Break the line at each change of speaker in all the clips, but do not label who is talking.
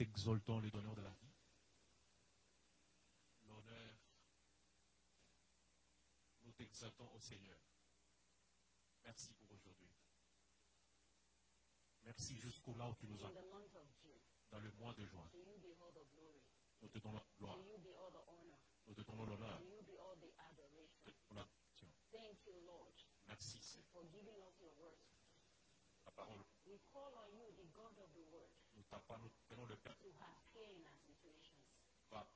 t'exaltons le donneur de la vie, l'honneur, nous t'exaltons au Seigneur. Merci pour aujourd'hui. Merci jusqu'au là où tu nous as
In the month of June,
dans le mois de juin.
to you be all the glory,
Nous te donnons la
to
gloire,
you be all the honor,
nous te donnons
to
l'honneur,
you be all the adoration.
nous te donnons l'adoration.
Thank you, Lord,
Merci, c'est
for giving us your word.
ta parole.
We call on you, the God of the word,
Nous tapons, nous prenons le Père
to appear in our situations.
va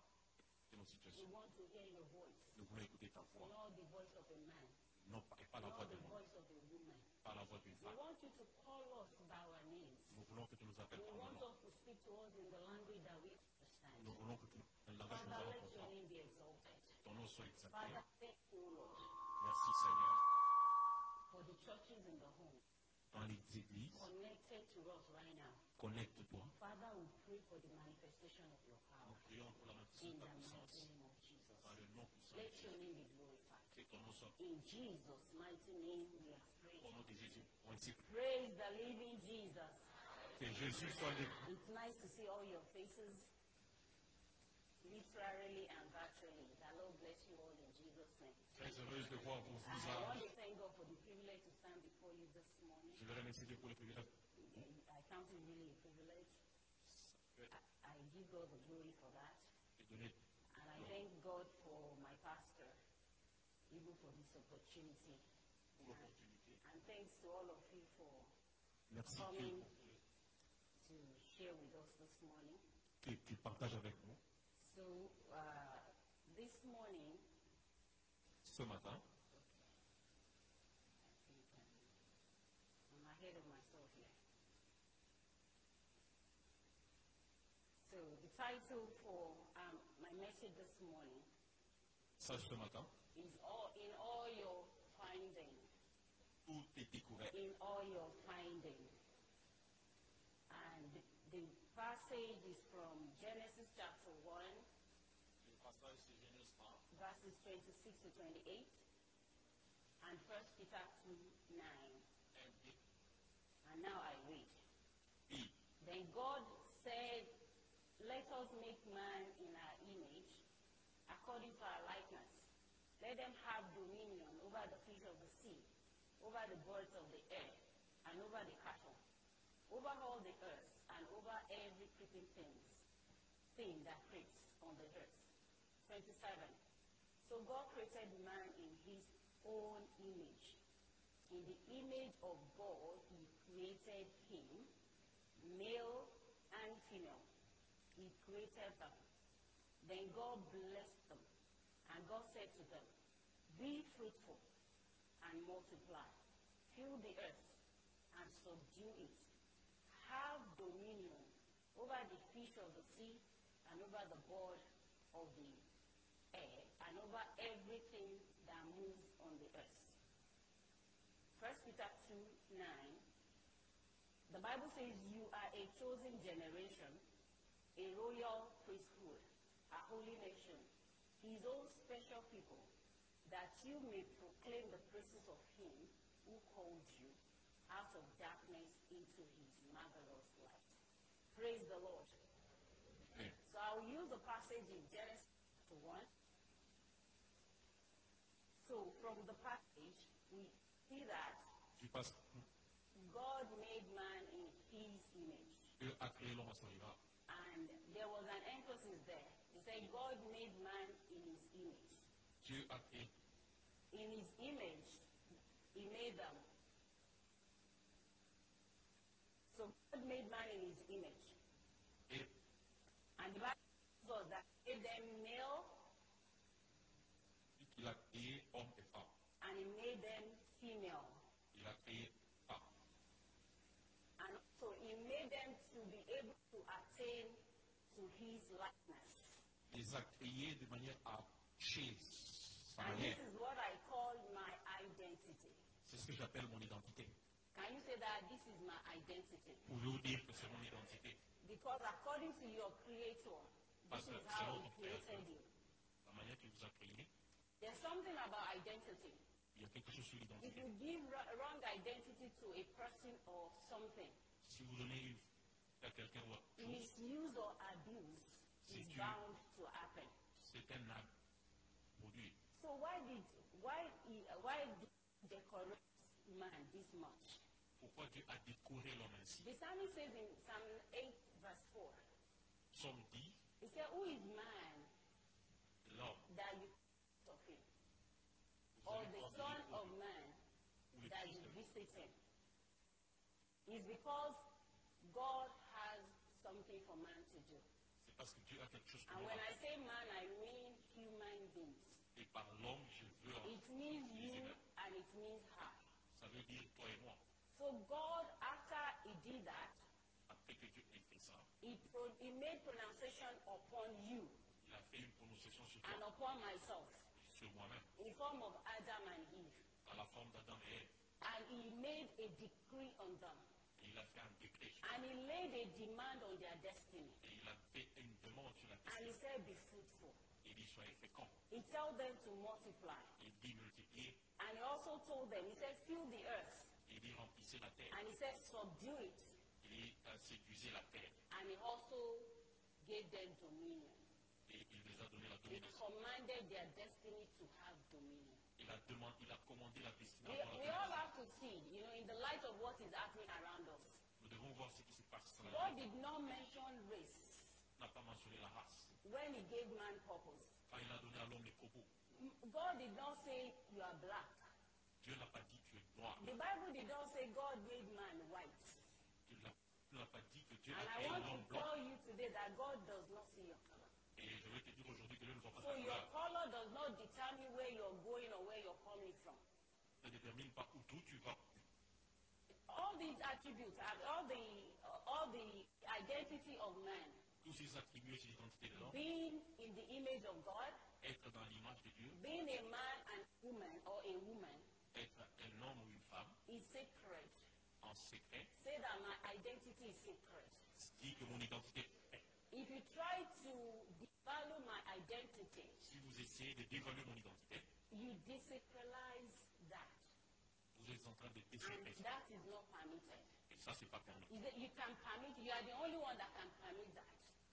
de nos
We
situations.
want to hear your voice,
Nous voulons écouter ta voix,
not the voice of a man,
non pas, et pas la
not
voix de
the
l'homme,
voice Ah. of a woman.
pas la voix d'une
We
femme.
want you to call us by our names.
Nous voulons que tu nous appelles
We
par
want
nom.
us to speak to us in the language that we understand.
Nous voulons que tu nous appelles
Father,
par
let your
nom.
name be exalted.
Ton nom soit exalté.
Father, thank you, Lord,
Merci Seigneur.
for the churches in the home
Dans les églises,
connected to us right now.
connecte-toi.
Father, we pray for the manifestation of your
Nous
power
prions pour la manifestation
in
de ta
the mighty
puissance.
name of Jesus.
Dans le nom puissant de
Let
Jésus.
your name be glorified.
Que ton nom soit
In Jesus' mighty name, we are
au
praying.
nom de Jésus. On dit
Praise the living Jesus.
que Jésus soit le
It's nice to see all your faces, literally and virtually. The Lord bless you all in Jesus' name.
très heureuse de voir vos
And I want
visages.
to thank God for the privilege to stand before you this morning.
Je veux remercier Dieu pour le privilège.
I count it really a privilege. I, I give God the glory for that.
de donner
And I thank God for my pastor, even for this opportunity.
pour l'opportunité.
And thanks to all of you for
Merci Dieu
coming
pour
to share with us this morning.
que tu partages avec nous
So, uh, this morning,
ce matin.
I think um, I'm ahead of myself here. So, the title for um, my message this morning
Sache ce matin,
is all, In All Your Finding.
tout est découvert.
In All Your Finding. And the passage is from Genesis chapter 1,
Le passage c'est Genèse 1,
verses 26 to 28, and 1 Peter 2 9. And now I read.
Puis,
Then God said, Let us make man in our image, according to our likeness. Let them have dominion over the fish of the sea, over the birds of the air, and over the cattle, over all the earth, and over every creeping thing, thing that creeps on the earth. 27. So God created man in his own image. In the image of God, he created him male and female. He created them. Then God blessed them. And God said to them, Be fruitful and multiply. Fill the earth and subdue it. Have dominion over the fish of the sea and over the bird of the air and over everything that moves on the earth. 1 Peter 2 9. The Bible says you are a chosen generation, a royal priesthood, a holy nation, his own special people, that you may proclaim the praises of him who called you out of darkness into his marvelous light. Praise the Lord.
Amen.
So I'll use the passage in Genesis chapter 1. So from the passage, we see that
du passage,
God made man in his image.
Dieu a créé l'homme à son image.
And there was an emphasis there. He said, God made man in his image.
Dieu a créé
In his image, he made them. So God made man in his image.
et
And the Bible tells us that he made them male
dit qu'il a créé homme et femme.
and he made them female.
Il a créé femme.
And also he made them to be able to attain to his likeness.
Il les a créés de manière à chez sa
And this
manière.
is what I call my identity.
C'est ce que j'appelle mon identité.
Can you say that this is my identity?
Pour vous dire que c'est mon identité.
Because according to your creator, this
Parce que
is
c'est
how he
notre
created
créateur.
you.
La manière qu'il vous a créé,
There's something about identity.
il y a quelque chose sur
If
l'identité.
you give ra- wrong identity to a person or something,
Si vous donnez une- à quelqu'un ou à
misuse or
Tu-
bound to happen.
C'est un acte produit.
So why did why he- why did they corrupt man this much?
Pourquoi Dieu a décoré l'homme ainsi
The psalmist says in Psalm 8 verse 4,
Somme dit,
he said, Who is man
l'homme,
that you think of him?
vous
Or
avez
the
ordonné
son
au-
of man
ou le
that
fils
you
de-
visit him? It's because God has something for man to do.
C'est parce que Dieu a quelque chose pour
And
moi.
when I say man, I mean human beings.
Et par l'homme, je veux en-
It means you and it means her.
Ça veut dire toi et moi.
So God, after he did that,
Après que Dieu ait fait ça,
he, pro- he made pronunciation upon you
il a fait une prononciation sur
and
toi,
upon myself
sur moi-même,
in form of Adam and Eve.
dans la forme d'Adam et Ève.
And he made a decree on them.
Et il a fait un décret sur
And he laid a demand on their destiny.
Et il a fait une demande sur la
And
question.
he said, be fruitful.
Il dit soyez féconds.
He told them to multiply.
Il dit multipliez.
And he also told them, he said, fill the earth.
Il dit remplissez la terre.
And he said, subdue it.
Il dit euh, séduisez la terre.
And he also gave them dominion.
Et il les a donné la
He
domination.
commanded their destiny to have dominion.
Il a, demandé, il a commandé la destinée.
We,
avant la
we all
domination.
have to see, you know, in the light of what is happening around us.
Nous devons voir ce qui se passe. dans la
God
vie.
did not mention race
Il n'a pas mentionné la race.
when he gave man purpose.
Quand il a donné à l'homme les propos,
M- God did not say you are black.
Dieu n'a pas dit tu es noir.
The Bible did not say God made man white.
Il n'a- il n'a pas dit que Dieu
And
a
I
créé
want to
l'homme blanc.
tell you today that God does not see your color.
Et je vais te dire aujourd'hui que Dieu ne voit pas
So
ta
your
couleur.
color does not determine where you're going or where you're coming from.
Ça ne détermine pas où d'où tu vas.
All these attributes, are- all the, all the identity of man,
Tous ces attributs, ces identités de l'homme,
being in the image of God,
être dans l'image de Dieu,
being a man and woman or a woman,
être un homme ou une femme,
is sacred.
en secret,
Say that my identity is sacred.
dit que mon identité est.
If you try to devalue my identity,
Si vous essayez de dévaluer mon identité,
you desacralize that.
vous êtes en train de
And
décéder.
that is not permitted.
Et ça, c'est pas permis.
You you can permit, you are the only one that can permit that.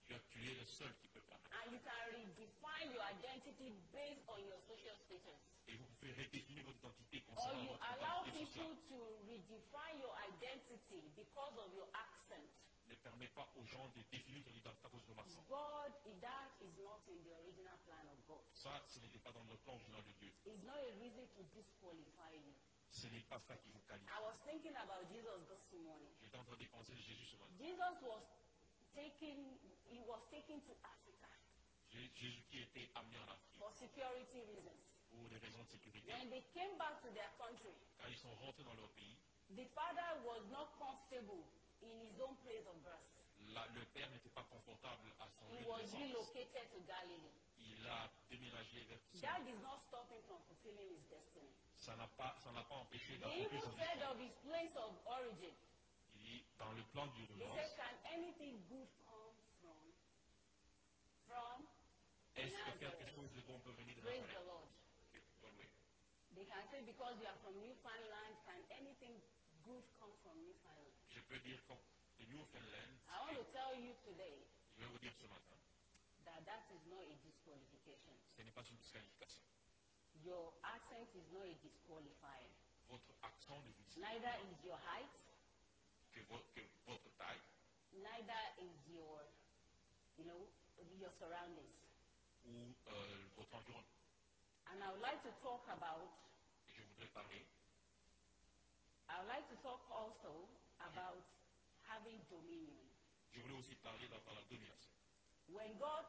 Tu as tué le seul qui peut permettre.
And you can redefine your identity based on your social status.
Et vous pouvez redéfinir votre identité
Or
concernant
you
votre
allow
identité sociale.
people to redefine your identity because of your accent.
Ne permet pas aux gens de définir leur identité à cause de leur accent.
God, that is not in the original plan of God.
Ça, ce n'était pas dans le plan original de Dieu.
It's not a reason to disqualify you.
Ce n'est pas ça qui vous qualifie.
I was thinking about Jesus this morning.
J'étais en train de penser de Jésus ce matin.
Jesus was taken, he was taken to Africa
Jé- Jésus qui était amené en Afrique
for security reasons.
pour des raisons de sécurité.
When they came back to their country,
Quand ils sont rentrés dans leur pays,
the father was not comfortable in his own place of birth.
la- le père n'était pas confortable à son
He
lieu de
was
naissance.
relocated to Galilee.
Il a déménagé vers
That did not stop him from fulfilling his destiny.
Ça n'a pas, ça n'a pas empêché
They
d'accomplir
even
son
said
dessein.
of his place of origin,
Il dit, dans le plan du
They said,
relance,
can anything good come from, from
est-ce que quelque
Nazareth?
chose de bon peut venir de
Praise the
Nazareth
Lord.
Oui.
They can say, because you are from Newfoundland, can anything good come from Newfoundland?
Je peux dire comme de Newfoundland,
I want to tell you today
je vais vous dire ce matin,
that that is not a disqualification.
ce n'est pas une disqualification.
Your accent is not a disqualifier.
Votre accent ne vous dit
Neither is your height,
que, vo- que votre taille,
neither is your, you know, your surroundings.
ou euh, votre environnement.
And I would like to talk about
Et je voudrais parler,
I would like to talk also about having dominion.
je voulais aussi parler d'avoir la domination.
When God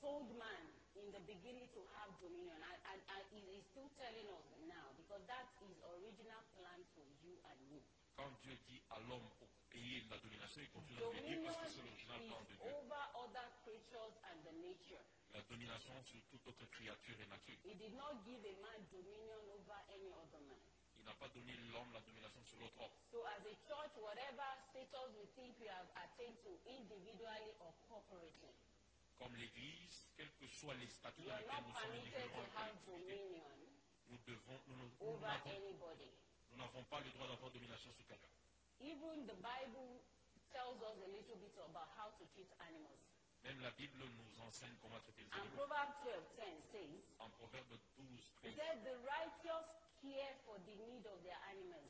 told man in the beginning to have dominion, and, and, and he is still telling us now because that is original plan for you and me.
Quand Dieu dit à l'homme pour payer la domination, il continue à le dire
Dominion
parce que
is
c'est l'original plan de Dieu.
over other creatures and the nature.
La domination sur toute autre créature et nature.
He did not give a man dominion over any other man.
Il n'a pas donné l'homme la domination sur l'autre homme.
So as a church, whatever status we think we have attained to individually or corporately,
Comme l'Église, quel que soit les statuts
we
dans
are
lesquels
not
nous sommes
permitted to
individuellement
have
collectivités,
dominion
nous devons, nous ne- nous
over
n'avons
anybody.
nous n'avons pas le droit d'avoir domination sur quelqu'un.
Even the Bible tells us a little bit about how to treat animals.
Même la Bible nous enseigne comment traiter les
And
animaux.
Proverbs 12, 10 says,
En Proverbe 12, 13,
that the righteous care for the need of their animals,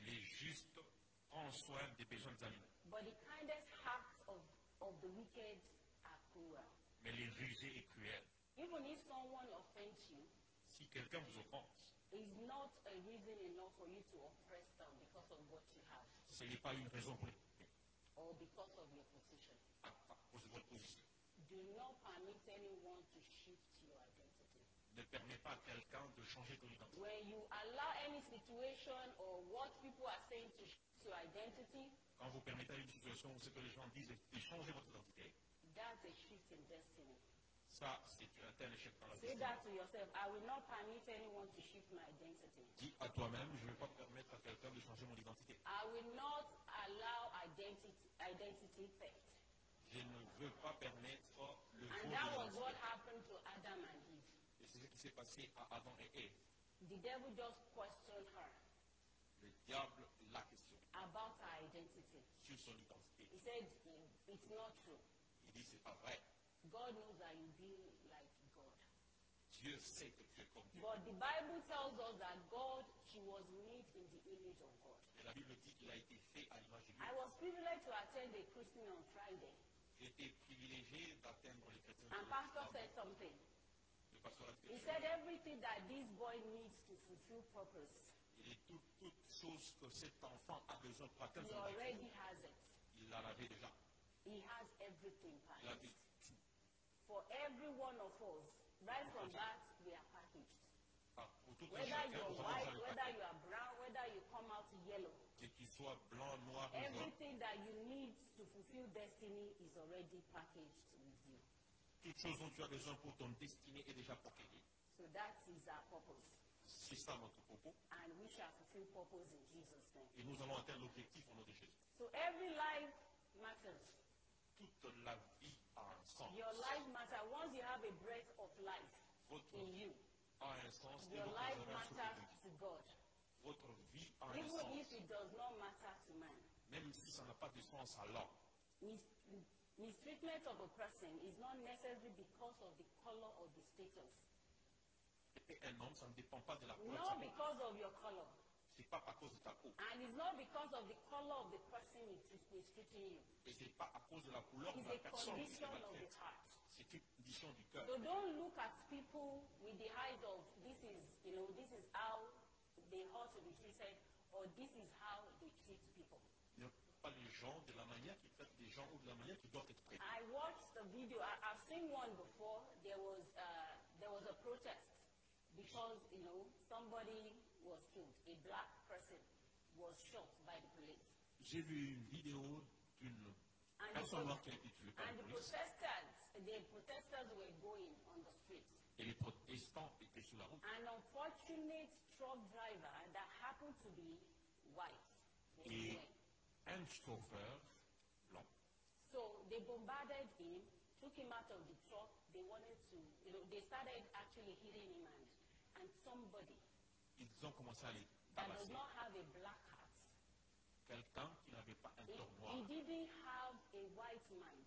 les justes prennent soin des besoins des animaux,
but the kindest hearts of, of the wicked are cruel.
mais les rusés et cruels.
Even if someone offends you,
Si quelqu'un vous offense,
it's not a reason enough for you to oppress them because of what you have
ce n'est pas une raison pour les
or because of your position.
à à cause de votre position.
Do not permit anyone to shift your identity.
Ne permet pas à quelqu'un de changer ton identité.
When you allow any situation or what people are saying to shift your identity,
Quand vous permettez à une situation où ce que les gens disent de changer votre identité,
that's a shift in destiny.
ça, c'est un tel échec dans la
Say
vie.
that to yourself. I will not permit anyone to shift my identity.
Dis à toi-même, je ne vais pas permettre à quelqu'un de changer mon identité.
I will not allow identity, identity theft.
Je ne veux pas permettre le
And
vol
that
de
was
l'identité.
what happened to Adam and Eve.
Et c'est ce qui s'est passé à Adam et Ève.
The devil just questioned her
Le diable l'a question
about her identity.
sur son identité.
He said, "Mm, It's not true.
Il dit, c'est pas vrai.
God knows that you be like God.
Dieu sait que tu es comme Dieu.
But the Bible tells us that God, she was made in the image of God.
Et la Bible dit qu'il a été fait à l'image de Dieu.
I was privileged to attend a Christian on Friday,
J'ai été privilégié d'atteindre les chrétiens.
and Pastor said something.
Le pasteur a dit,
He said everything that this boy needs to fulfill purpose,
il est tout- toute chose que cet enfant a besoin pour
he
atteindre son but.
already has it.
Il la l'avait déjà.
He has everything
Il
packaged.
avait tout.
For every one of us, right from that, we are packaged.
Par- Pour tout un
Whether
chacun,
you're
nous avons
white,
déjà le
whether
paquet.
you are brown, whether you come out yellow,
Que tu sois blanc, noir ou jaune,
everything that you need to fulfill destiny is already packaged with you.
toute chose dont tu as besoin pour ton destinée est déjà paquetée.
So that is our purpose.
C'est ça notre propos.
And we shall fulfill purpose in Jesus' name.
Et nous allons atteindre l'objectif au nom de Jésus.
So every life matters.
Toute la vie a un sens.
Your life matters. Once you have a breath of life
Votre
in you,
a un sens et
Your
votre
life
vie a un
matters
sens.
to God,
Votre vie a un
even if
sens.
it does not matter to man.
Même si ça n'a pas de sens à l'homme.
Mis- mistreatment of a person is not necessary because of the color or the status,
Et un homme, ça ne dépend pas de la couleur de sa peau.
not because of your color,
Ce n'est pas à cause de ta peau.
and it's not because of the color of the person who treat- who is treating you.
Et ce n'est pas à cause de la couleur de
It's
la
a
personne qui
condition
te
of the
maltraite.
heart.
C'est une condition du cœur.
So don't look at people with the eyes of this is, you know, this is how they ought to be treated, or this is how they treat people.
Ne regarde pas les gens de la manière qu'ils traitent les gens ou de la manière qu'ils doivent être traités.
I watched a video. I, I've seen one before. There was uh, there was a protest because you know somebody was killed. A black person was shot by the police,
J'ai vu une vidéo d'une
and the,
personne noire qui
pro-
a été tuée par
and
la
the
police.
protesters the protesters were going on the street.
Et les protestants étaient sur la route.
An unfortunate truck driver that happened to be white. was
Et
black.
un chauffeur blanc,
So they bombarded him, took him out of the truck. They wanted to, you know, they started actually hitting him and, and somebody
ils ont commencé à les
that does
tabasser.
not have a black heart.
Quelqu'un qui n'avait pas un
He,
cœur
he
noir.
didn't have a white mind,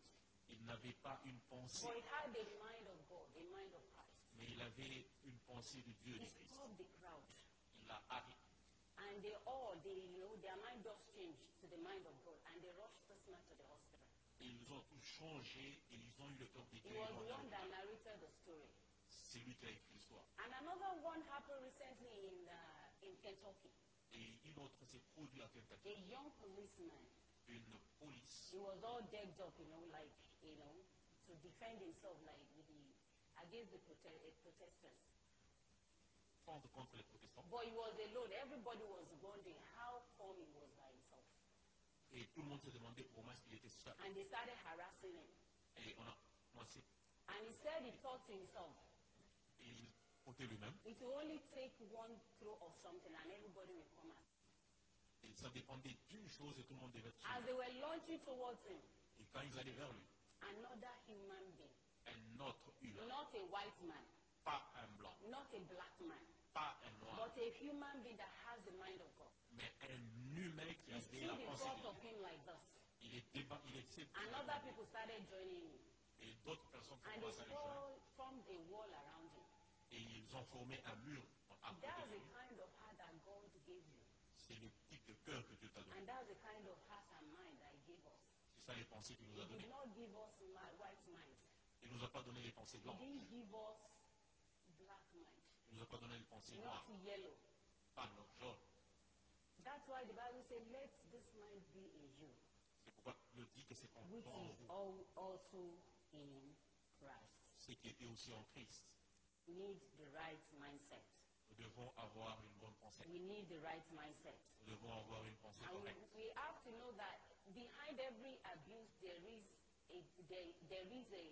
Il n'avait pas une pensée,
but he had a mind of God, a mind of Christ.
mais il avait une pensée de Dieu et
He
de Christ.
stopped the crowd.
Il l'a arrêté.
And they all, they, you know, their mind just changed to the mind of God. And they rushed this man to the hospital.
Et ils ont tout changé et ils ont eu le cœur de Dieu.
It
et
was
ils l'ont
long
entendu.
that narrated the story.
C'est lui qui a écrit l'histoire.
And another one happened recently in, uh, in Kentucky.
Et une autre s'est produite à Kentucky.
A young policeman
Une police
He was all decked up, you know, like, you know, to defend himself, like, with the, against the prote- uh, protesters.
prendre contre les protestants.
But he was alone. Everybody was wondering how come he was by himself.
Et tout le monde se demandait pourquoi est-ce qu'il était seul.
And they started harassing him.
Et on a commencé.
And he said he thought to himself,
Et il comptait lui-même.
it will only take one throw of something and everybody will come out.
Et ça dépendait d'une chose et tout le monde devait être
As
seul.
they were launching towards him,
Et quand ils allaient vers lui,
another human being,
un autre humain,
not a white man,
pas un blanc,
not a black man,
pas un noir,
but a human being that has the mind of God,
mais un humain qui avait
stood
la
in
pensée
front
de
of
Dieu.
him like this.
Il est débat, il est
And other people started joining him.
personnes qui ont
and they
croisé les gens
all formed a wall around you.
et ils ont formé un mur à côté
That's
de
the
lui.
kind of heart that God gave you.
C'est le type de cœur que Dieu t'a donné.
And that's the kind of heart and mind that He gave us.
C'est ça les pensées qu'il nous
He
a
did
données.
not give us ma- white mind.
Il nous a pas donné les pensées
He
blanches.
didn't give us black mind,
Il nous a pas donné les pensées
not
noires.
yellow.
Pas noires, jaunes.
That's why the Bible says, let this mind be in you,
C'est pourquoi Dieu dit que c'est en
which
en
is
vous.
al- also in Christ.
Ce qui était aussi en Christ.
We need the right mindset.
Nous devons avoir une bonne pensée.
We need the right mindset.
Nous devons avoir une pensée
And we,
correcte.
we have to know that behind every abuse, there is a, there, there is a,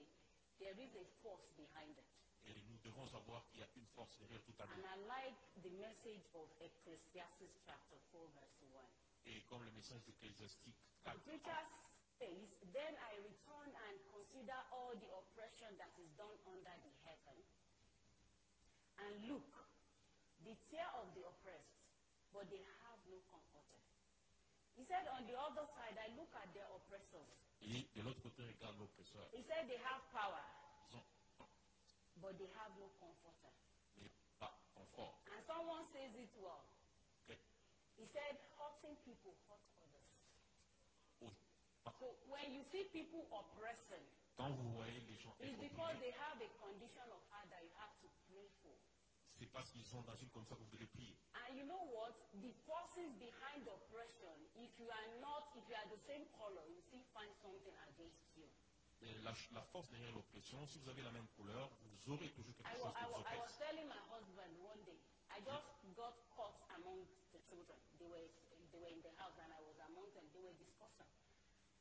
there is a force behind it.
Et nous devons savoir qu'il y a une force derrière tout
And
abus.
I like the message of Ecclesiastes chapter 4 verse 1.
Et comme le message d'Ecclésiastique
The preacher says, Then I return and consider all the oppression that is done under the heaven. And look, the tear of the oppressed, but they have no comforter. He said, On the other side, I look at their oppressors.
Et de l'autre côté, regarde l'oppresseur.
He said, They have power,
Ils ont
but they have no comforter.
mais pas confort.
And someone says it well.
ok?
He said, Hurting people hurt others.
Au- par-
So when you see people oppressing,
Quand vous voyez les gens
It's
être
because
oppressés,
they have a condition of heart that you have to pray for.
c'est parce qu'ils sont dans une comme ça que vous devez prier.
And you know what? The forces behind oppression, if you are not, if you are the same color, you still find something against you.
Et La, la force derrière l'oppression, si vous avez la même couleur, vous aurez toujours quelque
I
chose
was,
qui
I,
vous
was, I was
oppresse.
telling my husband one day, I just got caught among the children. They were, they were in the house and I was among them. They were discussing.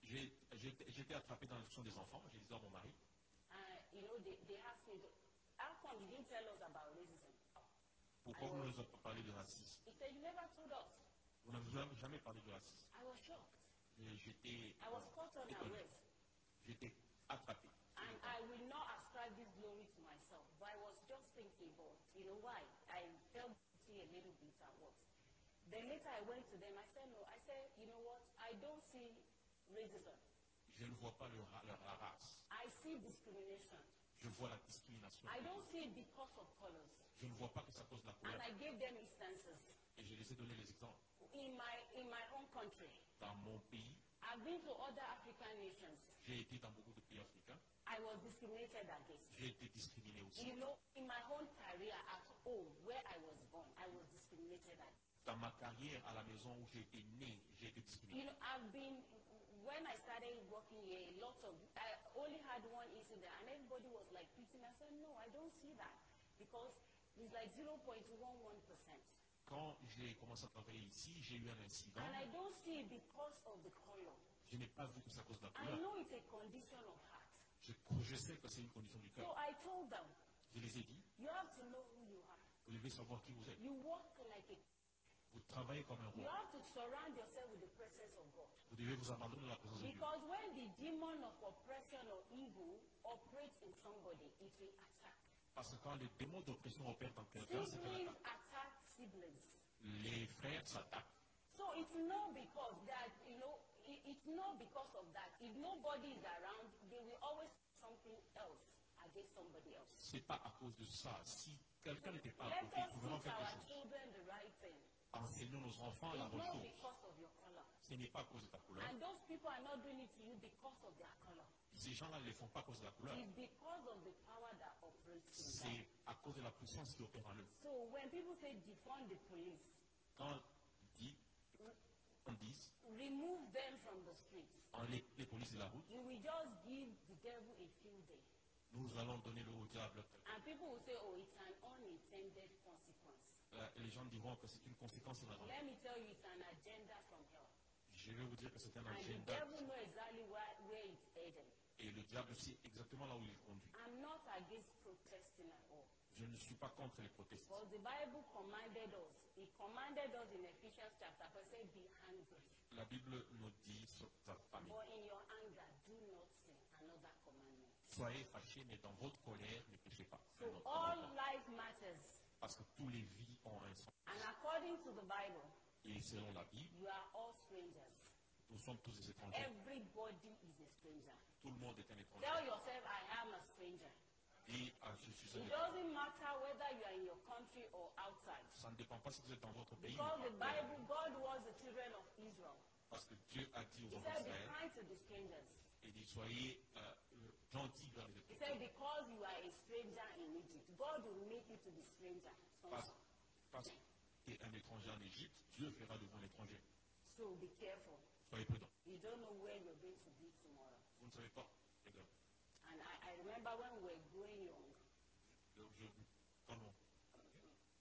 J'ai j'ai- j'ai été attrapé dans l'action des enfants, j'ai dit à mon mari,
And, you know, they, they asked me, how come you didn't tell us about racism?
pourquoi vous ne nous avez pas parlé de racisme
He said, you never told us.
Vous n'avez jamais- jamais parlé de racisme.
I was shocked.
Et J'étais
I was caught on
étonné.
arrest.
J'étais attrapé.
And I will not ascribe this glory to myself, but I was just thinking about, you know, why? I felt guilty a little bit at what. Then later I went to them, I said, no, I said, you know what? I don't see racism.
Je ne vois pas leur, leur- la race.
I see discrimination.
Je vois la discrimination.
I don't see it because of colors.
Je ne vois pas que ça cause de la
And
couleur.
I gave them instances.
Et je les ai donné les exemples.
In my, in my home country,
Dans mon pays,
I've been to other African nations.
j'ai été dans beaucoup de pays africains.
I was discriminated against.
J'ai été discriminé aussi.
You know, in my whole career at home, where I was born, I was discriminated against.
Dans ma carrière à la maison où j'ai été né, j'ai été
You
discriminé.
know, I've been, when I started working here, a lot of, I only had one incident, and everybody was like preaching. I said, no, I don't see that, because it's like 0.11%. And
Quand j'ai commencé à travailler ici, j'ai eu un incident.
I don't see it because of the color.
Je n'ai pas vu que ça cause de la
I
couleur.
know it's a condition of heart.
Je, je sais que c'est une condition du
So
cœur.
I told them,
Je les ai dit,
you have to know who you are.
vous devez savoir qui vous êtes.
You walk like a,
Vous travaillez comme un
you
roi.
have to surround yourself with the presence of God.
Vous devez vous abandonner à la présence de Dieu.
Because when the demon of oppression or evil operates in somebody, it will attack.
Parce que quand les démons d'oppression opèrent dans quelqu'un, c'est qu'elle
Siblings
attaque.
attack siblings.
Les frères s'attaquent.
So it's not because that, you know, it, it's not because of that. If nobody is around, they will always do something else against somebody else.
C'est pas à cause de ça. Si quelqu'un n'était pas à
Let
côté,
us
nous devons
teach
faire
our
quelque chose.
children the right thing.
Enseignons nos enfants la
It's
bonne
not
chose.
because of your color.
Ce n'est pas à cause de ta couleur.
And those people are not doing it to you because of their color.
Ces gens-là ne le font pas à cause de la couleur.
It's because of the power that operates in
C'est
them.
à cause de la puissance qui opère en eux.
So when people say defund the police,
Quand on dit, on dit,
remove them from the streets,
on les, les polices de la route,
you will just give the devil a few days.
nous allons donner le au diable.
And people will say, oh, it's an unintended consequence.
Euh, les gens diront que c'est une conséquence en avant.
Let me tell you, it's an agenda from hell.
Je vais vous dire que c'est un
And the
agenda.
devil knows exactly where, where it's headed.
Et le diable sait exactement là où il conduit.
I'm not against protesting at all.
Je ne suis pas contre les protestes.
But the Bible commanded us. It commanded us in Ephesians chapter 4, say, be angry.
La Bible nous dit, sur ta famille,
But in your anger, do not sin. Another commandment.
soyez fâchés, mais dans votre colère, ne péchez pas.
So
C'est notre
all
devoir.
life matters.
Parce que tous les vies ont un sens.
And according to the Bible,
Et selon la Bible,
you are all strangers.
nous sommes tous des étrangers.
Everybody is a stranger.
Tout le monde est un étranger.
eh Tell yourself, I am a stranger. Eh country or outside.
Ça ne dépend pas si vous êtes dans votre pays.
Because the Bible, God was the children of Israel.
Parce que Dieu a dit aux
He
enfants
said,
d'Israël,
Be kind to the strangers.
et dit soyez euh, gentils vers les
He
autres.
said, Because you are a stranger in Egypt, God will make you to be stranger.
Parce,
somehow.
parce que tu es un étranger en Égypte, Dieu fera de vous un étranger.
So be careful.
Soyez prudents.
You don't know where you're going to be tomorrow.
Vous ne savez pas. les gars.
And I, I remember when we were growing young,
Donc, je vous- pardon.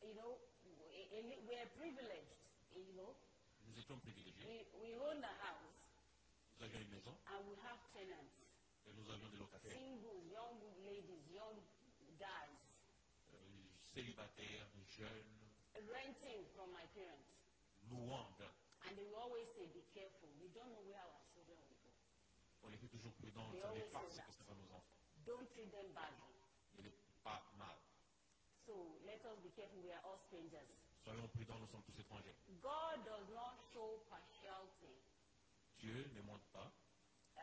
you know, we, we- we are privileged, you know.
Nous étions privilégiés.
We, we own a house
Nous avions une maison
and we have tenants,
et nous avions des locataires.
singles, young ladies, young guys,
euh, célibataires, jeunes,
renting from my parents.
louandes.
And they will always say, be careful. We don't know where our children will go.
On était toujours prudents. On ne savait pas ce que seraient nos enfants.
Don't treat them badly.
Ne les- pas mal.
So let us be careful. We are all strangers.
Soyons prudents, nous sommes tous étrangers.
God does not show partiality.
Dieu ne montre pas.
Uh,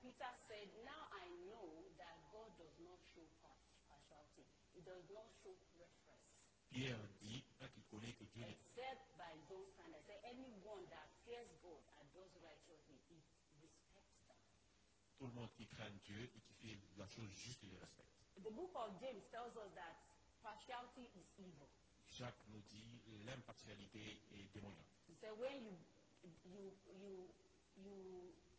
Peter said, now I know that God does not show par- partiality. He does not show preference.
Pierre dit, un qui connaît que Dieu n'est
Except by those standards. Say, anyone that fears God and does righteously, he respects them.
tout le monde qui craint Dieu et qui fait la chose juste et le respecte.
The book of James tells us that partiality is evil.
Jacques nous dit l'impartialité est démoniaque.
He said, when you, you, you, you,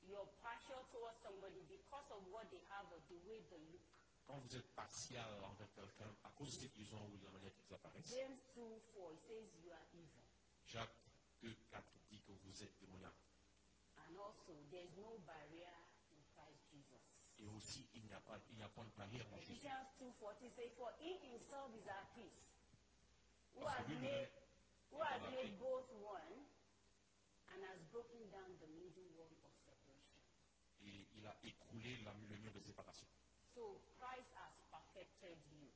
you're partial towards somebody because of what they have or the way they look.
Quand vous êtes partial envers quelqu'un à cause de ce qu'ils ont ou de la manière qu'ils apparaissent,
James 2, 4, it says you are evil.
Jacques 2, 4 dit que vous êtes démoniaque.
And also, there's no barrier in Christ Jesus.
Et aussi, il n'y a pas, il n'y a point de barrière en Jésus.
Ephesians 2.40 says, For he himself is our peace, who
Parce
has
que lui,
made,
il
who
est
has
la
made
paix.
both one and has broken down the middle wall of separation.
Et il a écroulé la, le mur de séparation.
So Christ has perfected you.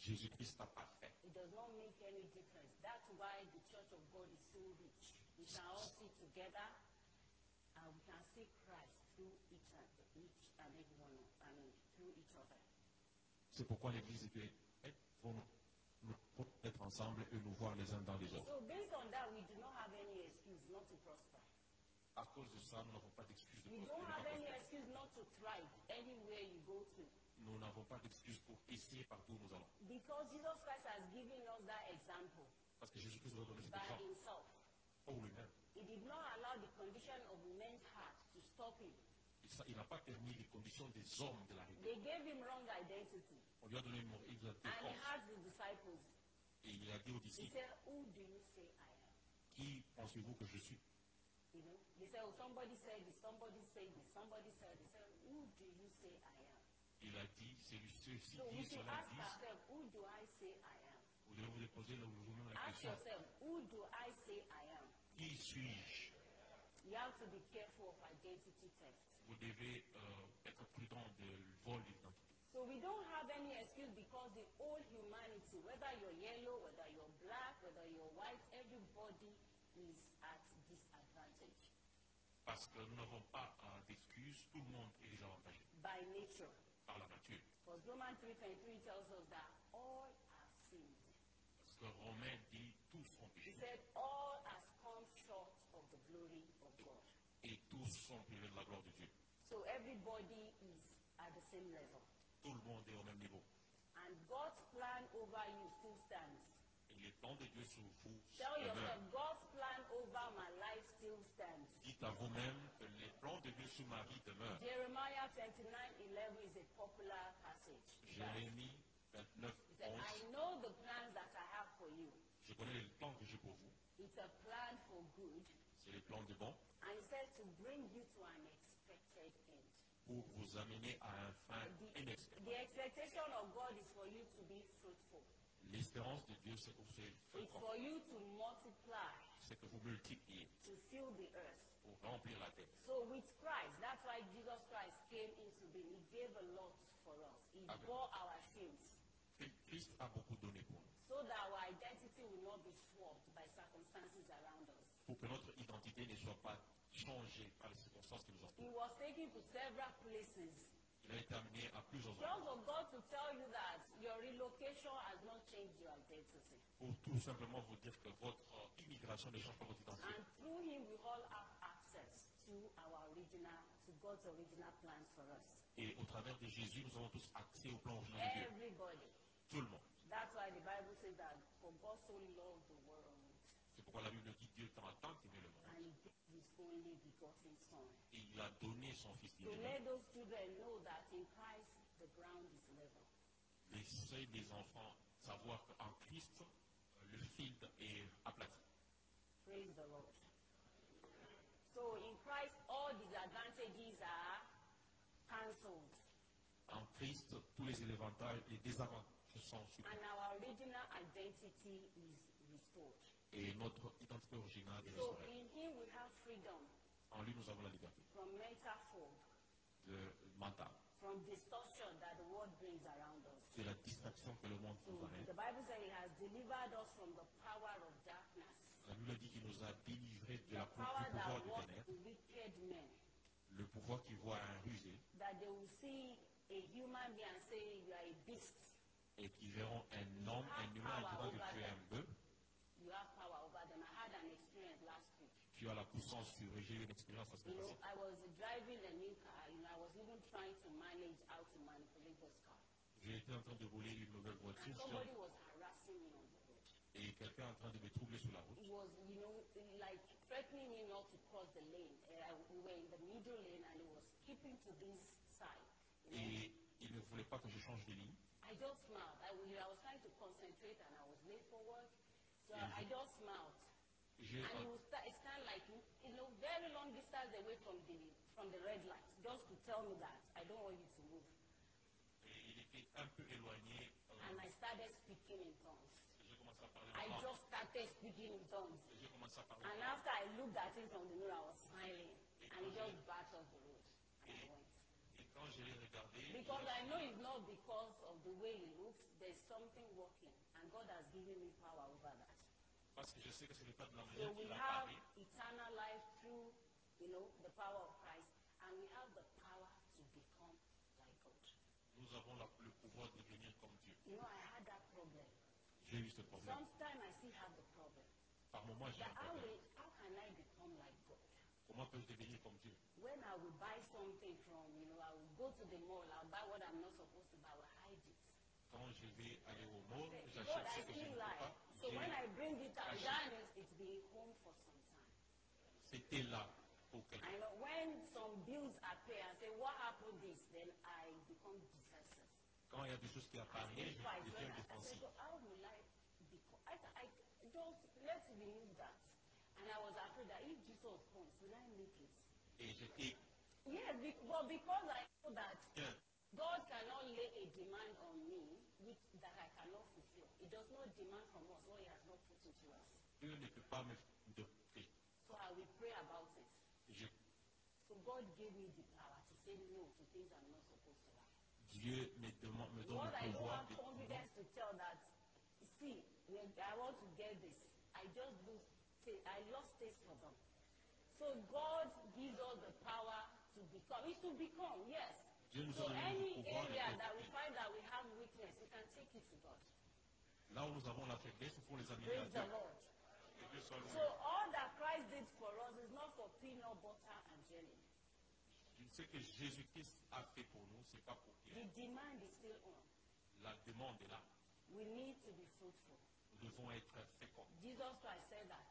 Jésus-Christ a parfait.
It does not make any difference. That's why the church of God is so rich. We can all sit together and we can see Christ through each and each and every one of I mean through each other.
C'est pourquoi l'Église est faite pour nous, nous pour être ensemble et nous voir les uns dans les autres.
So based on that, we do not have any excuse not to prosper.
À cause de ça, nous n'avons pas d'excuse de
We
prosper-
don't
de pas
have any
prospérer.
excuse not to thrive anywhere you go to.
Nous n'avons pas d'excuse pour essayer partout où nous allons.
Because Jesus Christ has given us that example
Parce que Jésus-Christ nous a donné cet
by
exemple,
himself.
pas pour lui-même.
He did not allow the condition of men's hearts to stop him.
Il sa- Il n'a pas permis les conditions des hommes de l'arrêter.
They gave him wrong identity.
On lui a donné une il lui a donné
And he
force.
asked the disciples,
Et il a dit aux
he
disciples,
said, Who do you say I am?
qui pensez-vous que je suis
You know, they said, Oh, somebody said this, somebody said this, somebody said this. Said, Who do you say I am?
Il a dit, celui ceux-ci
So we
disent,
should
cela
ask
disent.
ourselves, Who do I say I am?
Vous devez vous poser vous-même la
Ask
question,
yourself, Who do I say I am?
qui suis-je
You have to be careful of identity theft.
Vous devez euh, être prudent de vol d'identité.
So we don't have any excuse because the whole humanity, whether you're yellow, whether you're black, whether you're white, everybody is at disadvantage
Parce que nous n'avons pas euh, d'excuses, tout le monde est désavantagé
by nature.
par la nature.
Because Romans 3.23 tells us that all have sinned.
Parce que Romain dit, tous ont
He
péché
said, all has come short of the glory of God.
et tous sont privés de la gloire de Dieu.
So everybody is at the same level.
Tout le monde est au même niveau.
And God's plan over you still stands.
Et le temps de Dieu sur vous
Tell yourself,
demeure.
God's plan over my life still stands.
Dites à vous-même que les plans de Dieu sur ma vie demeurent.
Jeremiah 29:11 is a popular passage.
Jérémie 29,
He said, I
11.
know the plans that I have for you.
Je connais le plan que j'ai pour vous.
It's a plan for good.
C'est le plan de bon
And it says to bring you to an expected end.
pour vous amener à un fin
The,
inespéré.
the expectation of God is for you to be fruitful.
L'espérance de Dieu, c'est que vous soyez
It's
féconds,
for you to multiply,
c'est que vous multipliez
to fill the earth.
pour remplir la terre.
So with Christ, that's why Jesus Christ came into being. He gave a lot for us. He
Amen.
bore our sins
Christ a beaucoup donné pour nous,
so that our identity will not be swamped by circumstances around us.
pour que notre identité ne soit pas changée par les circonstances qui nous
He
entourent.
was taken to several places.
Il a été amené à plusieurs
Just
endroits.
for God to tell you that you're relocated location has not changed your identity.
Pour tout simplement vous dire que votre euh, immigration ne change pas votre identité.
And through him, we all have access to our original, to God's original plan for us.
Et au travers de Jésus, nous avons tous accès au plan original de Dieu.
Everybody.
Tout le monde.
That's why the Bible says that for God so loved the world
C'est pourquoi la Bible dit Dieu tant tant aimé le monde.
and he gave his only begotten son.
Et il a donné son Fils
So
divin.
let those children know that in Christ the ground is level.
Laissez les enfants savoir qu'en Christ, euh, le field est aplati.
Praise the Lord. So in Christ all disadvantages are cancelled
En Christ, tous les avantages et désavantages sont supprimés.
and our original identity is restored.
Et notre identité originale est
So
restaurée.
in him we have freedom
En lui, nous avons la liberté
from mental fog,
de mentale,
from distortion that the world brings around us.
de la distraction que le monde
So
nous amène.
the Bible says he has delivered us from the power of darkness,
La Bible dit qu'il nous a délivrés de la
the
pou-
power
du pouvoir
that
du
walks
ténèbre,
with wicked men,
le pouvoir qui voit un rusé
that they will see a human being and say, you are a beast,
et qui verront un homme, un humain, qui va que tu es un bœuf.
you have power over them. I had an experience last week.
Tu as la puissance, tu rejets une expérience à ce
You know,
passé.
I was driving a new car, you know, I was even trying to manage how to manipulate this car.
J'ai été en train de voler une nouvelle
And
voiture
somebody was harassing me on the road.
et quelqu'un est en train de me troubler sur la route.
He was, you know, like threatening me not to cross the lane. And I, we were in the middle lane and he was keeping to this side. You know?
Et il ne voulait pas que je change de ligne.
I just smiled. I, was- I was trying to concentrate and I was late for work. So I, I just smiled.
J'ai
And he was sta- he stand like, you know, very long distance away from the, from the red light just to tell me that I don't want you to move.
et il était un peu éloigné. euh,
And I started speaking in tongues.
J'ai commencé à parler
I
en langue.
just started speaking in tongues.
J'ai commencé à parler en
And
langue.
after I looked at him from the mirror, I was smiling. And he just backed off the road. And I went.
Et quand je l'ai regardé, il
Because
a-
I know it's not because of the way he looks. There's something working. And God has given me power over that.
parce que je sais que ce n'est pas de la
So
manière
we
qu'il a
have
parlé.
eternal life through, you know, the power of Christ. And we have the power to become like God.
Nous avons la- le pouvoir de devenir comme Dieu.
You know, I had that problem.
J'ai eu ce problème.
Sometimes I still have the problem.
Par moments, j'ai
That
un
how,
problème.
will, how can I become like God?
Comment peux-je devenir comme Dieu
when I will buy something from, you know, I will go to the mall, I'll buy what I'm not supposed to buy, I will hide it.
Quand je vais aller au mall,
God,
j'achète ce
I
que je ne peux
still lie.
pas.
So when I
J'ai-
bring it out,
Actually-
that means it's been home for some time.
C'était là pour quelqu'un.
I know when some bills appear, I say, what happened this? Then I become defensive.
Quand il y a des choses qui
I still
apparaissent,
fight.
je
When
deviens
I, I say,
défensif.
so how will I become? I, I don't, let's remove that. And I was afraid that if Jesus comes, will I make it?
Et j'étais
Yes, be, but because I know that
bien.
God cannot lay a demand on me which that I cannot fulfill. He does not demand from us what He has not put into us.
Dieu ne peut pas me me prier.
So I will pray about it.
Je-
So God gave me the power to say no to things I'm not supposed to have.
Dieu me, demande, me donne
What I
le
don't
pouvoir
have
de
confidence to tell that, see, when I want to get this. I just lose, taste- I lost taste for them. So God gives us the power to become. It's to become, yes.
Dieu nous a
So
donné le
any
pouvoir de
area that we
proclamer.
find that we have weakness, we can take it to God.
Là où nous avons la faiblesse, il faut les amener à
Praise
Dieu.
the Lord.
Que Dieu soit loué.
So all that Christ did for us is not for peanut butter and jelly.
Ce que Jésus-Christ a fait pour nous, c'est pas pour rien.
The demand is still on.
La demande est là.
We need to be fruitful.
Nous devons être féconds.
Jesus Christ said that.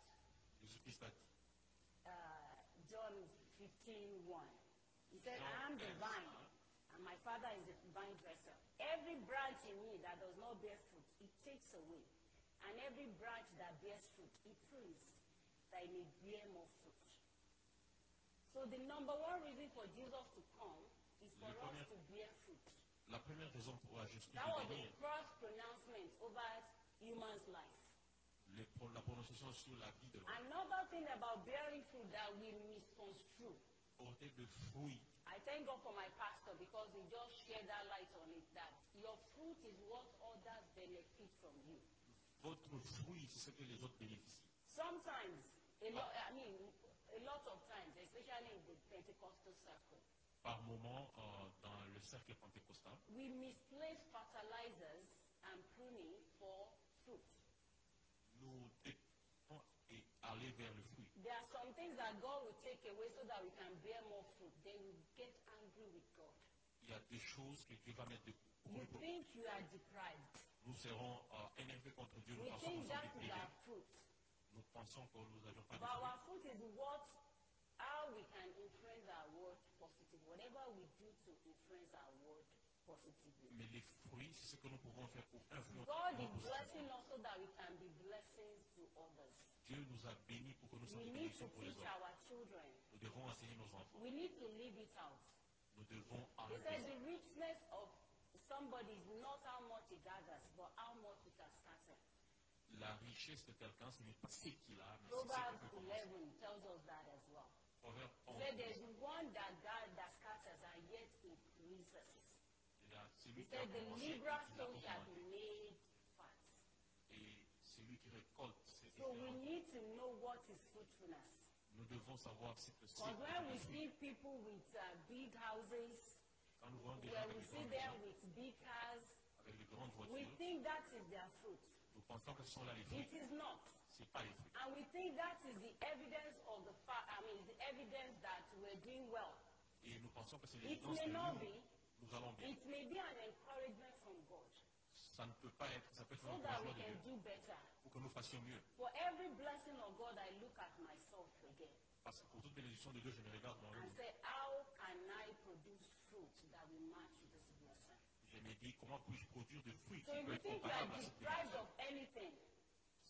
Jésus-Christ a dit,
Uh, John 15, He said, I am the vine, and my father is the vine dresser. Every branch in me that does not bear fruit, he takes away. And every branch that bears fruit, he prunes, that it may bear more fruit. So the number one reason for Jesus to come is for
Le
us
premier-
to bear fruit.
la première raison pour Jésus-Christ
That was
de
the
venir,
first pronouncement over human's life.
le- pour la prononciation sur la vie de l'homme,
Another thing about bearing fruit that we misconstrue.
porter le fruit.
I thank God for my pastor because he just shared that light on it that your fruit is what others benefit from you.
Votre fruit, c'est ce que les autres bénéficient.
Sometimes, a lot, I mean, a lot of times, especially in the Pentecostal circle,
Par moment, euh, dans le cercle pentecostal,
we misplace fertilizers and and pruning for fruit.
Nous devons et aller vers le fruit.
There are some things that God will take away so that we can bear more fruit. Then you get angry with God.
Il y a des choses que Dieu va mettre de
You
côté.
think you are deprived.
Nous serons euh, énervés contre Dieu. Nous
We
pensons que nous sommes
think that is
des
our
pécheurs.
fruit.
Nous pensons que nous n'avons pas de
But
fruit.
our fruit is what, how we can influence our world positively. Whatever we do to influence our world positively.
Mais les fruits, c'est ce que nous pouvons faire pour influencer.
God
le
is
monde.
blessing us so that we can be blessings to others.
Dieu nous a bénis pour que nous
We
soyons
need to
bénédictions pour les
teach
autres.
our children.
Nous devons enseigner nos enfants.
We need to live it out.
Nous devons
They said
arrêter.
the richness of somebody is not how much he gathers, but how much it has started.
La richesse de quelqu'un, ce n'est pas ce qu'il a, mais c'est ce
Proverbs
qu'il peut commencer.
11 tells us that as well.
Proverbe
It
11.
said there's one that God that scatters and yet increases.
Il y a
He
celui qui a
said the
commencé et qui
liberal
l'a
soul shall
augmenté.
be made fat.
Et celui qui récolte, c'est
So we
différent.
need to know what is fruitfulness.
Nous devons savoir ce que c'est.
Because when we
que
see people with uh, big houses,
Quand nous voyons des gens
when
avec
we
des
see
grandes
them
maisons,
with big cars,
avec des grandes
we
voitures,
think that is their fruit.
nous pensons que ce sont là les
It
fruits.
is not.
Ce n'est pas les fruits.
And we think that is the evidence of the fact, I mean, the evidence that we're doing well.
Et nous pensons que c'est
It
l'évidence que
may not
nous,
be.
nous allons bien.
It may be an encouragement from God
Ça ne peut pas être, ça peut être
so
un
that we
encouragement de
can
Dieu
do better.
pour que nous fassions mieux.
For every blessing of God, I look at myself again
Parce que pour toute bénédiction de Dieu, je me regarde dans
and
l'eau.
say, how can I produce fruit that will match this blessing?
Je me dis, comment puis-je produire des fruits
So
qui
if
peuvent
you
être
think you are
comparables à cette
deprived
bénédiction
of anything,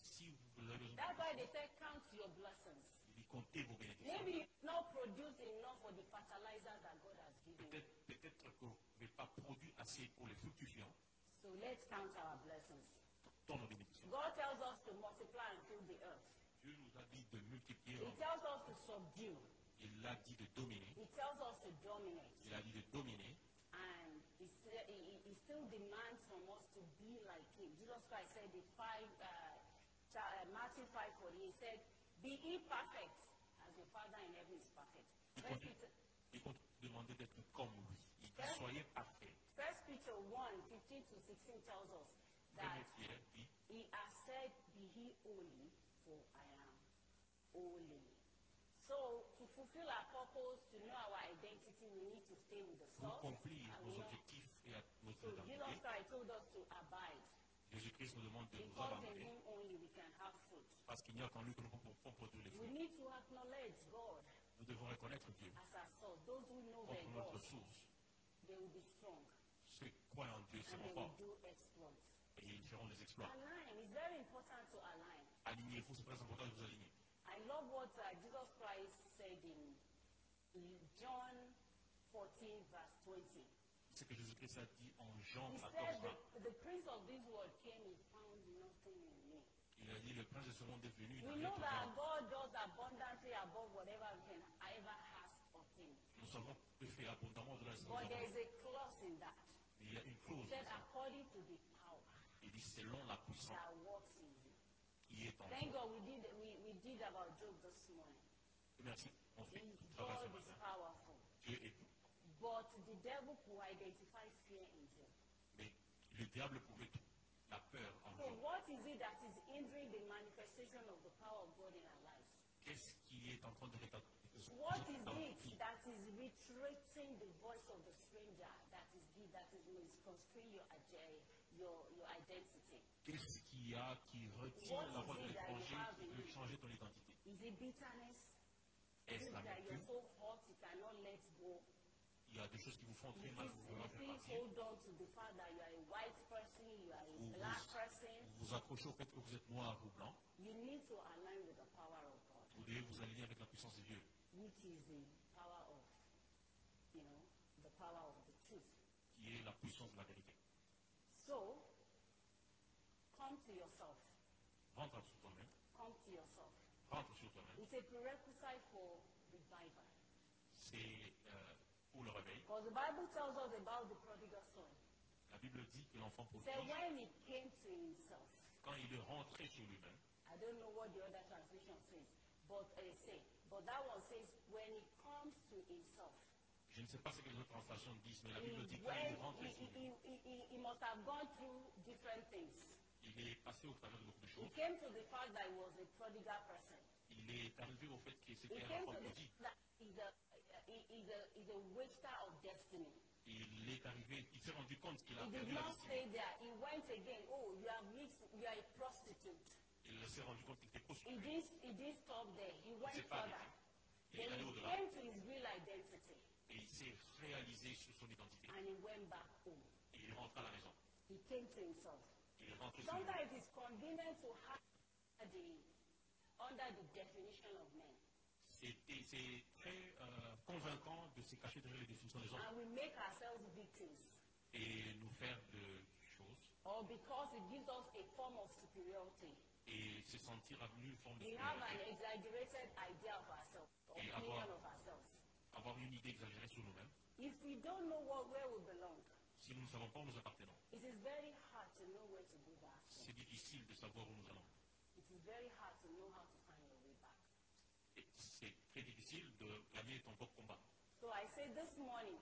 Si vous avez besoin
that's
de
why they say count your blessings.
il dit, comptez vos bénédictions.
Maybe you've not produced enough for the fertilizers that God has given you.
Peut-être peut-être que vous n'avez pas produit assez pour les fructifiants,
So let's count our blessings.
dans nos bénédictions.
God tells us to multiply and fill the earth.
Dieu nous a dit de multiplier,
He tells us to subdue.
il a dit de dominer,
He tells us to dominate.
il a dit de dominer,
And he, sti- he, he- he still demands from us to be like him. Jesus Christ said in five, uh, cha- uh, Matthew 5 he said, Be ye perfect as your Father in heaven is perfect.
il
First
continue,
Peter,
il continue de demander d'être comme lui. Il dit, soyez parfaits.
First Peter 1 15 to 16 tells us that
Premier Pierre dit,
He has said, Be he holy, for I am holy. So, to fulfill our purpose, to know our identity, we need to stay with the
pour
source.
accomplir
and
nos
we know-
objectifs et à notre
So, Jesus
identité,
Christ told us to abide.
Jésus-Christ nous demande de nous
Because in
abandonner,
Him only we can have fruit.
parce qu'il n'y a qu'en lui que nous pouvons produire les
We
fruits.
need to acknowledge God
Nous devons reconnaître Dieu
as our source. Those who know their
contre notre
God,
source.
they will be strong
Ceux qui croient en Dieu
and they
seront
will
forts
do exploits.
et ils feront des exploits.
Align. It's very important to align.
Alignez-vous, c'est très important de vous aligner.
I love what uh, Jesus Christ said in, in John 14, verse 20.
C'est ce que Jésus-Christ a dit en Jean
He
14.
said, the, the prince of this world came and found nothing in me.
Il a dit, le prince de ce monde est venu, il n'a
We
rien
know that
trouvé.
God does abundantly above whatever we can ever ask or think.
Nous savons que fait abondamment de la saison.
But there is a clause in that.
Il y a une
He
clause.
said, according to the power
Il dit, selon la puissance
that works in you.
qui est en
Thank
vous.
God we did, we, we did about Job this morning.
Merci. On fait
He-
tout le travail
God
ce
is
matin.
powerful.
Dieu est tout.
But the devil could identify fear in Job.
Mais le diable pouvait tout. La peur en
So
vous.
what is it that is hindering the manifestation of the power of God in our lives?
Qu'est-ce qui est en train de rétablir
What is it that is retracing the voice of the stranger that is gi- that is misconstruing your ide- your your identity?
Qu'est-ce qu'il y a qui retient la voix de l'étranger qui veut changer ton identité
Is it bitterness? Is
Est-ce
it
la
that you're
vertu
so hot you cannot let go?
Il y a des choses qui vous font
You
très mal, vous voulez en
just
faire
still
partie.
hold on to the fact that you are a white person, you are a
Vous
black
vous,
person.
vous vous accrochez au fait que vous êtes noir ou blanc.
You need to align with the power of God,
Vous devez vous aligner avec la puissance de Dieu,
which is the power of you know the power of the truth.
qui est la puissance de la vérité.
So, come to yourself.
Rentre sur toi-même.
Come to yourself.
Rentre sur toi-même.
It's a prerequisite for revival.
C'est euh, pour le réveil.
Because the Bible tells us about the prodigal son.
La Bible dit que l'enfant
It said
prodige,
when he came to himself,
quand il est rentré sur lui-même,
I don't know what the other translation says, but uh, say, but that one says when he comes to himself,
je ne sais pas ce que les autres translations disent, mais la
he,
Bible dit quand il est
went,
rentré
he,
sur
he,
lui-même,
he, he, he must have have gone through different things.
Il est passé au travers de beaucoup de
He
choses.
came to the fact that he was a prodigal person.
Il est arrivé au fait que
He
c'était un
came
enfant
to the
maudit.
fact that he's a, he- he's a, he's a waster of destiny.
Il est arrivé, il s'est rendu compte qu'il a
He did
perdu la
not
destinée.
stay there. He went again. Oh, you are mixed. You are a prostitute.
Il s'est rendu compte qu'il était
He
prostitué.
didn't, he didn't stop there. He
Il ne
went
s'est pas
further.
arrêté. Il est
Then
allé
he
au-delà
came to his real identity
et il s'est réalisé sur son identité.
and he went back home.
Et il rentre à la maison.
He came to himself.
Il rentre sur lui.
Sometimes it is convenient to have the under the definition of men.
C'était- C'est très euh, convaincant de se cacher derrière les définitions des
And
gens
we make ourselves victims.
et nous faire de choses
Or because it gives us a form of superiority.
et se sentir avenus une forme de
We have an
supériorité.
exaggerated idea of ourselves, or
Yeah,
opinion
well.
of ourselves.
avoir une idée exagérée sur nous-mêmes.
If we don't know what, where we belong,
Si nous ne savons pas où nous appartenons,
it is very hard to know where to go back.
c'est difficile de savoir où nous allons.
It is very hard to know how to find your way back.
Et c'est très difficile de gagner ton propre combat.
So I say this morning,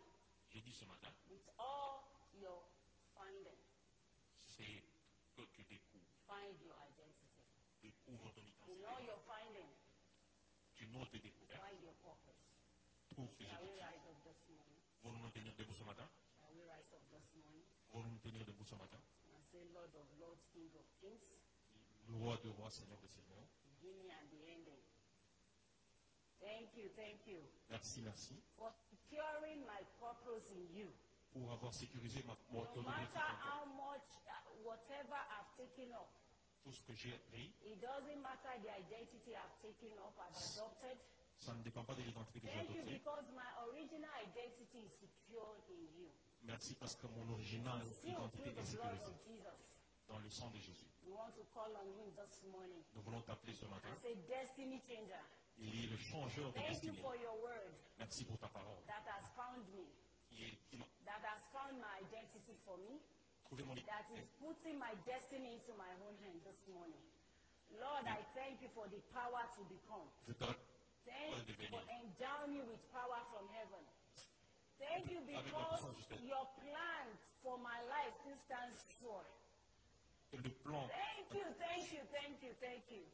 J'ai dit ce matin,
with all your finding,
c'est que tu découvres,
find your identity.
découvre ton
In
identité.
all your finding,
Tu notes tes découvertes
find your purpose.
pour tes
Shall we
objectifs.
rise up this morning?
Voulons nous tenir debout ce matin.
Shall we rise up this morning
Voulons nous tenir debout ce matin.
and say, Lord of Lords, King of Kings,
Roi de rois, Seigneur de Seigneur.
beginning and the ending. Thank you, thank you
Merci, merci
for securing my purpose in you.
pour avoir sécurisé ma, mon
No
ton
matter how much, uh, whatever I've taken up,
Tout ce que j'ai appris,
it doesn't matter the identity I've taken up, I've adopted.
ça ne dépend pas de l'identité que j'ai
Thank you
adoptée.
because my original identity is secured in you.
Merci parce que mon original
Still
identité
through
est
the blood
sécurisée
of Jesus.
dans le sang de Jésus.
We want to call on him this morning
Nous voulons t'appeler ce matin.
and say, Destiny changer.
Il est le changeur de
Thank you
destinée.
for your word
Merci pour ta parole.
that has found me,
Qui est, qui m'a
that has found my identity for me,
trouvé mon
that is
identité.
putting my destiny into my own hand this morning. Lord, I thank you for the power to become.
Je te rends
Thank you for endowing me with power from heaven. Thank you because your plan for my life still stands sure.
que le plan.
Thank you, thank you, thank you, thank you.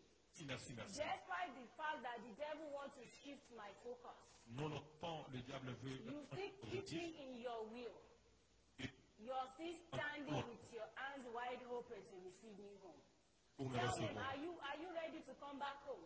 Merci, merci, merci.
Despite the fact that the devil wants to shift my focus,
Nonobstant, le diable veut
you
un
still keep me
objectif.
in your will. You're still standing with your arms wide open to receive me home.
pour me
Tell them,
recevoir
are you are you ready to come back home?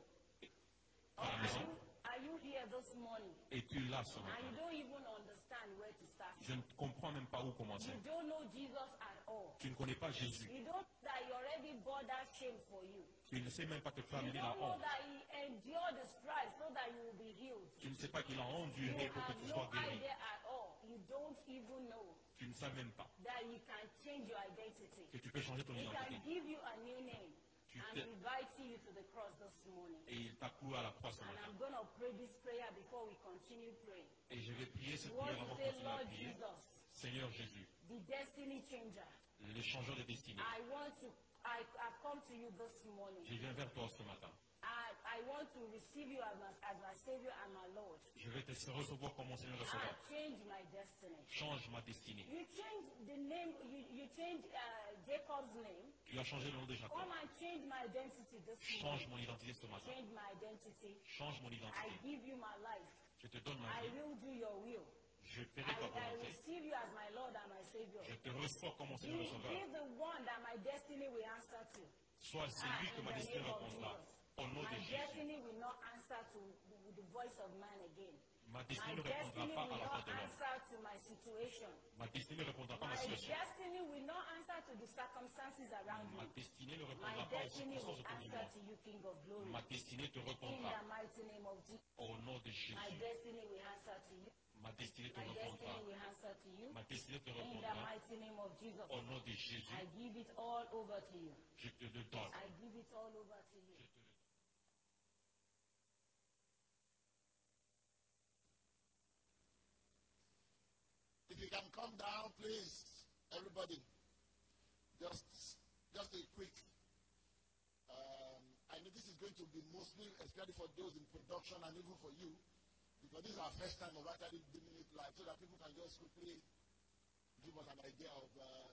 Or
à la
are you
maison.
are you here this morning?
Et tu l'as ce
And you
matin.
don't even understand where to start.
Je ne comprends même pas où commencer.
You don't know Jesus at all.
Tu ne connais pas Jésus.
You don't know that he already bore that shame for you.
Tu ne sais même pas que tu as
You
amené la
don't know
honte.
that he endured the strife so that you will be healed.
Tu ne sais pas qu'il a
You
enduré pour que
have
tu
no
sois guéri.
idea at all. You don't even know
Tu ne sais même pas
that you can change your identity.
que tu peux changer ton
He can
identité.
give you a new name
Tu
and
t'es-
invite you to the cross this morning.
Et il t'a couru à la croix ce
And
matin.
I'm going to pray this prayer before we continue praying.
Et je vais prier cette
You want
prière
to
avant de
say,
continuer à
Lord
prier.
Jesus,
Seigneur Jésus,
the destiny changer.
le changeur de destinée,
I want to, I, I've come to you this morning.
je viens vers toi ce matin.
I, I want to receive you as my, as my Savior and my Lord.
Je vais te recevoir comme mon Seigneur et
I
Sauveur.
change my destiny.
Change ma destinée.
You change the name, you, you change uh, Jacob's name.
Tu as changé le nom de Jacob.
Come and change my identity this
Change
morning.
mon identité ce matin.
Change my identity.
Change mon
I
identité.
give you my life.
Je te donne ma
I
vie.
will do your will.
Je ferai
I,
ta
I
volonté.
receive you as my Lord and my Savior.
Je te reçois comme mon
Be,
Seigneur et
be
Sauveur.
the one that my destiny will answer to.
Sois
Ah,
celui que
in
ma
the
destinée
name of
rencontrera.
Jesus.
Au nom
My
de Jésus.
destiny will not answer to the voice of man again.
Ma
My
destinée ne répondra
destiny
pas à la
will not
voix de l'homme.
answer to my situation.
Ma destinée ne répondra pas à
My
ma situation.
destiny will not answer to the circumstances around
Ma
me.
destinée ne
My
répondra pas aux
destiny
circonstances
will
autour de moi.
answer to you, King of Glory.
Ma destinée te
In
répondra.
the mighty name of Jesus.
Au nom de Jésus.
My destiny will answer to you.
Ma destinée te
My destiny
répondra.
will answer to you.
Ma destinée te
In the
répondra.
mighty name of Jesus.
Au nom de Jésus,
I give it all over to you.
je te le donne.
I give it all over to you.
Je te le-
If you can come down, please, everybody. Just, just a quick. Um, I know this is going to be mostly, especially for those in production and even for you, because this is our first time of actually doing it live, so that people can just quickly give us an idea of uh,